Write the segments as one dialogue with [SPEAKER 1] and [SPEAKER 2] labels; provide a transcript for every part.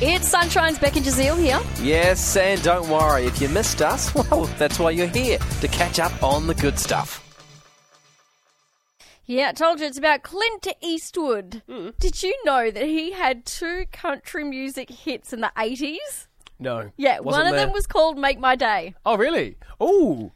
[SPEAKER 1] It's Sunshine's Becky Jazeel here.
[SPEAKER 2] Yes, and don't worry, if you missed us, well, that's why you're here, to catch up on the good stuff.
[SPEAKER 1] Yeah, I told you it's about Clint Eastwood. Did you know that he had two country music hits in the 80s?
[SPEAKER 3] No.
[SPEAKER 1] Yeah,
[SPEAKER 3] Wasn't
[SPEAKER 1] one of
[SPEAKER 3] there-
[SPEAKER 1] them was called Make My Day.
[SPEAKER 3] Oh, really? Oh,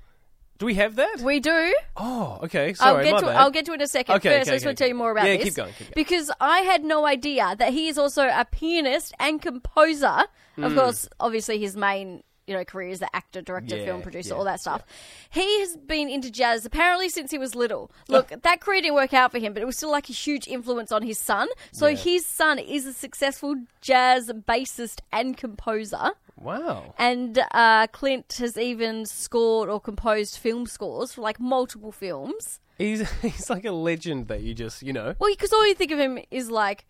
[SPEAKER 3] do we have that?
[SPEAKER 1] We do.
[SPEAKER 3] Oh, okay.
[SPEAKER 1] I'll
[SPEAKER 3] Sorry,
[SPEAKER 1] get
[SPEAKER 3] my
[SPEAKER 1] to
[SPEAKER 3] bad.
[SPEAKER 1] I'll get to it in a second.
[SPEAKER 3] Okay,
[SPEAKER 1] First,
[SPEAKER 3] okay,
[SPEAKER 1] I just
[SPEAKER 3] okay,
[SPEAKER 1] want to tell you
[SPEAKER 3] okay.
[SPEAKER 1] more about
[SPEAKER 3] Yeah,
[SPEAKER 1] this.
[SPEAKER 3] keep going, keep going.
[SPEAKER 1] Because I had no idea that he is also a pianist and composer.
[SPEAKER 3] Hmm.
[SPEAKER 1] Of course, obviously his main you know career is the actor, director,
[SPEAKER 3] Yeah,
[SPEAKER 1] film producer,
[SPEAKER 3] yeah, Oh.
[SPEAKER 1] all that stuff. He has been into jazz apparently since he was little. Look, that career didn't work out for him, but it was still like a huge influence on his son. So his son is a successful jazz bassist and composer.
[SPEAKER 3] Wow.
[SPEAKER 1] And uh, Clint has even scored or composed film scores for like multiple films.
[SPEAKER 3] He's he's like a legend that you just you know.
[SPEAKER 1] Well, because all you think of him is like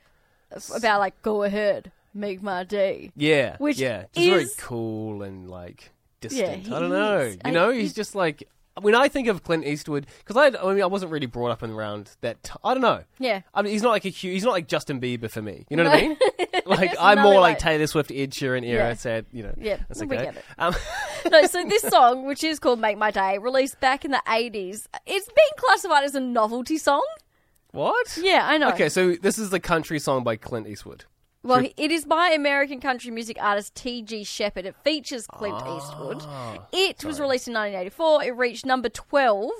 [SPEAKER 1] f- about like go ahead, make my day.
[SPEAKER 3] Yeah.
[SPEAKER 1] Which
[SPEAKER 3] yeah. Just very
[SPEAKER 1] is-
[SPEAKER 3] cool and like distant.
[SPEAKER 1] he
[SPEAKER 3] I don't know.
[SPEAKER 1] is. I-
[SPEAKER 3] You know,
[SPEAKER 1] he-
[SPEAKER 3] he's just like when I think of Clint Eastwood because I, I mean I wasn't really brought up in around that. T- I don't know.
[SPEAKER 1] Yeah.
[SPEAKER 3] I mean he's not like a huge. He's not like Justin Bieber for me. You know what I mean? Like I'm
[SPEAKER 1] another
[SPEAKER 3] more
[SPEAKER 1] way.
[SPEAKER 3] like Taylor Swift, Ed Sheeran era.
[SPEAKER 1] Yeah.
[SPEAKER 3] Sad. You know.
[SPEAKER 1] Yeah,
[SPEAKER 3] That's
[SPEAKER 1] we
[SPEAKER 3] okay.
[SPEAKER 1] get it.
[SPEAKER 3] Um,
[SPEAKER 1] No, so this song, which is called "Make My Day," released back in the eighties, it's been classified as a novelty song.
[SPEAKER 3] what?
[SPEAKER 1] Yeah, I know.
[SPEAKER 3] Okay, so this is the country song by Clint Eastwood.
[SPEAKER 1] Well, he- it is by American country music artist T.G. Shepard. It features Clint
[SPEAKER 3] Ah.
[SPEAKER 1] Eastwood. It was released in 1984. It reached number 12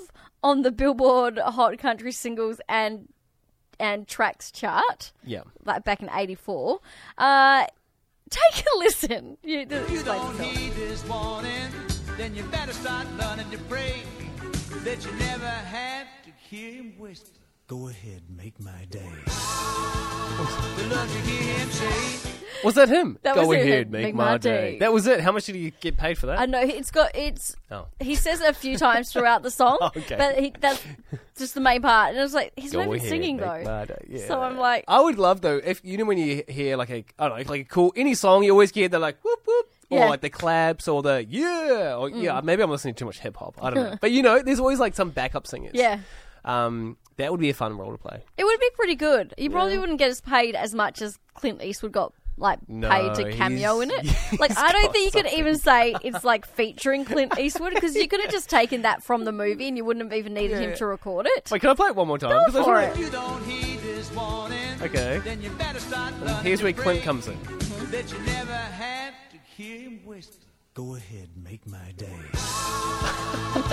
[SPEAKER 1] on the Billboard Hot Country Singles and and Tracks chart,
[SPEAKER 3] Yeah.
[SPEAKER 1] like back in 84. Uh, take a listen. You, this
[SPEAKER 4] you
[SPEAKER 1] explains
[SPEAKER 4] don't
[SPEAKER 1] itself.
[SPEAKER 4] heed this warning, then you better start learning to pray that you never have to hear him whisper. Go ahead, make my day. The love you hear him say.
[SPEAKER 3] Was that him?
[SPEAKER 1] That
[SPEAKER 3] Go
[SPEAKER 1] was it.
[SPEAKER 3] ahead,
[SPEAKER 1] That-
[SPEAKER 3] make, my, day. That was it. How much did you get paid for that?
[SPEAKER 1] I know it's got it's.
[SPEAKER 3] Oh.
[SPEAKER 1] He says it a few times throughout the song,
[SPEAKER 3] Okay.
[SPEAKER 1] but he, that's just the main part. And I was like, he's
[SPEAKER 3] Go
[SPEAKER 1] not even
[SPEAKER 3] ahead,
[SPEAKER 1] singing
[SPEAKER 3] make my
[SPEAKER 1] though.
[SPEAKER 3] day. Yeah.
[SPEAKER 1] So I'm like,
[SPEAKER 3] I would love though if you know when you hear like a I don't know like a cool any song you always hear they're like whoop whoop or
[SPEAKER 1] Yeah. Mm.
[SPEAKER 3] like the claps or the yeah or yeah maybe I'm listening to too much hip hop I don't know but you know there's always like some backup singers
[SPEAKER 1] yeah.
[SPEAKER 3] um that would be a fun role to play
[SPEAKER 1] It would be pretty good. You probably wouldn't get as paid as much as Clint Eastwood got like
[SPEAKER 3] No,
[SPEAKER 1] paid to cameo in
[SPEAKER 3] he's-
[SPEAKER 1] it. Like
[SPEAKER 3] he's
[SPEAKER 1] I don't
[SPEAKER 3] got
[SPEAKER 1] think you could even say it's like featuring Clint Eastwood because you could have just taken that from the movie and you wouldn't have even needed him
[SPEAKER 3] Yeah.
[SPEAKER 1] to record it.
[SPEAKER 3] wait can I play it one more time 'Cause I just
[SPEAKER 1] for
[SPEAKER 3] wanna-
[SPEAKER 1] it.
[SPEAKER 4] You don't heed this warning,
[SPEAKER 3] Okay.
[SPEAKER 4] then you better start learning
[SPEAKER 3] here's
[SPEAKER 4] to
[SPEAKER 3] where
[SPEAKER 4] pray
[SPEAKER 3] Clint comes in
[SPEAKER 4] That you never have to hear him whisper. Go ahead, make my day.
[SPEAKER 3] it's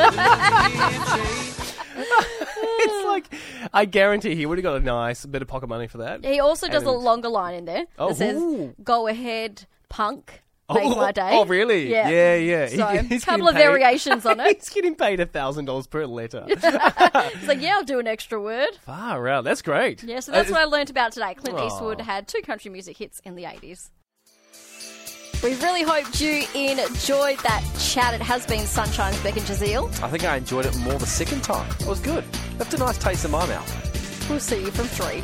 [SPEAKER 3] like I guarantee he would have got a nice bit of pocket money for that
[SPEAKER 1] he also does a
[SPEAKER 3] And-
[SPEAKER 1] longer line in there
[SPEAKER 3] Oh,
[SPEAKER 1] that says,
[SPEAKER 3] ooh.
[SPEAKER 1] "Go ahead, punk, make
[SPEAKER 3] oh,
[SPEAKER 1] my day."
[SPEAKER 3] oh, really?
[SPEAKER 1] Yeah,
[SPEAKER 3] yeah. yeah.
[SPEAKER 1] So
[SPEAKER 3] He-
[SPEAKER 1] a
[SPEAKER 3] he's
[SPEAKER 1] couple
[SPEAKER 3] getting
[SPEAKER 1] of
[SPEAKER 3] paid-
[SPEAKER 1] variations on it.
[SPEAKER 3] He's getting paid a thousand dollars per letter.
[SPEAKER 1] It's like, yeah, I'll do an extra word.
[SPEAKER 3] Far out. That's great.
[SPEAKER 1] Yeah, so that's
[SPEAKER 3] Uh,
[SPEAKER 1] what I learnt about today. Clint
[SPEAKER 3] Aw.
[SPEAKER 1] Eastwood had two country music hits in the 80s. We really hoped you enjoyed that chat. It has been Sunshine's Beck and Jazeel.
[SPEAKER 2] I think I enjoyed it more the second time. It was good. Left a nice taste in my mouth.
[SPEAKER 1] We'll see you from three.